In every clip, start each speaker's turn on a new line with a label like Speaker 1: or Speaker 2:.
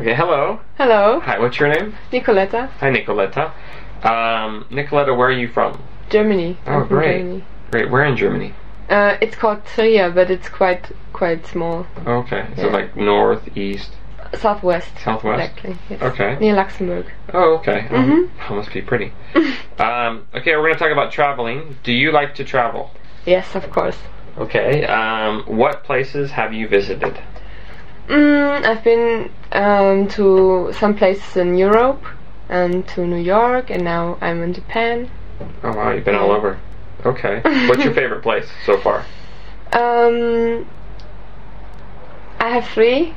Speaker 1: Okay, hello.
Speaker 2: Hello,
Speaker 1: Hi, what's your name?
Speaker 2: Nicoletta,
Speaker 1: Hi, Nicoletta. Um, Nicoletta, where are you from?
Speaker 2: Germany.
Speaker 1: Oh,
Speaker 2: I'm from
Speaker 1: great.
Speaker 2: Germany.
Speaker 1: Great, where in Germany?
Speaker 2: Uh, it's called Trier, but it's quite quite small.
Speaker 1: Okay, so
Speaker 2: Yeah.
Speaker 1: like north, east.
Speaker 2: Southwest.
Speaker 1: Southwest.
Speaker 2: Exactly. Yes.
Speaker 1: Okay.
Speaker 2: Near Luxembourg.
Speaker 1: Oh, okay. Um,
Speaker 2: Mhm.
Speaker 1: that must be pretty. um, okay, we're going to talk about traveling. Do you like to travel?
Speaker 2: Yes, of course.
Speaker 1: Okay. Um, what places have you visited?
Speaker 2: Mm, I've been um, to some places in Europe and to New York, and now I'm in Japan.
Speaker 1: Oh wow, you've been all over. Okay. What's your favorite place so far?
Speaker 2: Um, I have three: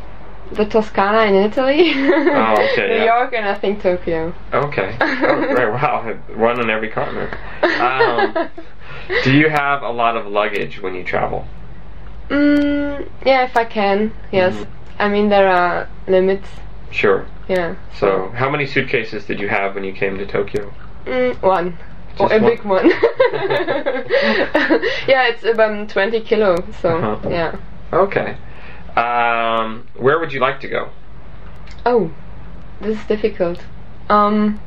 Speaker 2: the Toscana in Italy,
Speaker 1: Oh, okay,
Speaker 2: New
Speaker 1: yeah.
Speaker 2: York, and I think Tokyo.
Speaker 1: Okay. Oh, great. Wow, one on every continent. Um, do you have a lot of luggage when you travel?
Speaker 2: Mm, yeah, if I can, yes.
Speaker 1: Mhm.
Speaker 2: I mean, there are limits.
Speaker 1: Sure.
Speaker 2: Yeah.
Speaker 1: So, how many suitcases did you have when you came to Tokyo?
Speaker 2: Mm, one.
Speaker 1: Just
Speaker 2: or a
Speaker 1: one?
Speaker 2: big one. yeah, it's about 20 kilo, so
Speaker 1: Uh-huh.
Speaker 2: yeah.
Speaker 1: Okay. Um, where would you like to go?
Speaker 2: Oh, this is difficult. Um,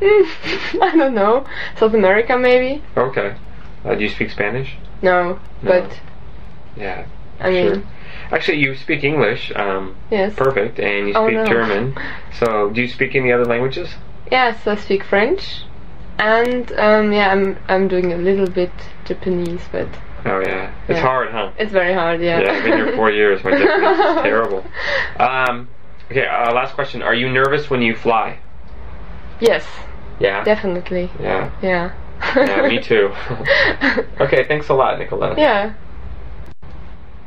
Speaker 2: mm, I don't know. South America, maybe?
Speaker 1: Okay. Uh, do you speak Spanish?
Speaker 2: No, but
Speaker 1: Yeah.
Speaker 2: I
Speaker 1: sure.
Speaker 2: mean,
Speaker 1: Actually, you speak English, um,
Speaker 2: yes.
Speaker 1: perfect, and you speak
Speaker 2: Oh, no.
Speaker 1: German. So, do you speak any other languages?
Speaker 2: Yes, I speak French. And um, yeah, I'm I'm doing a little bit Japanese, but
Speaker 1: Oh yeah, it's
Speaker 2: Yeah.
Speaker 1: hard, huh?
Speaker 2: it's very hard. Yeah.
Speaker 1: Yeah, I've been here four years. My Japanese is terrible. Um, okay, uh, last question. Are you nervous when you fly?
Speaker 2: Yes,
Speaker 1: Yeah.
Speaker 2: definitely.
Speaker 1: Yeah.
Speaker 2: Yeah.
Speaker 1: Yeah, me too. okay, thanks a lot, Nicoletta.
Speaker 2: yeah.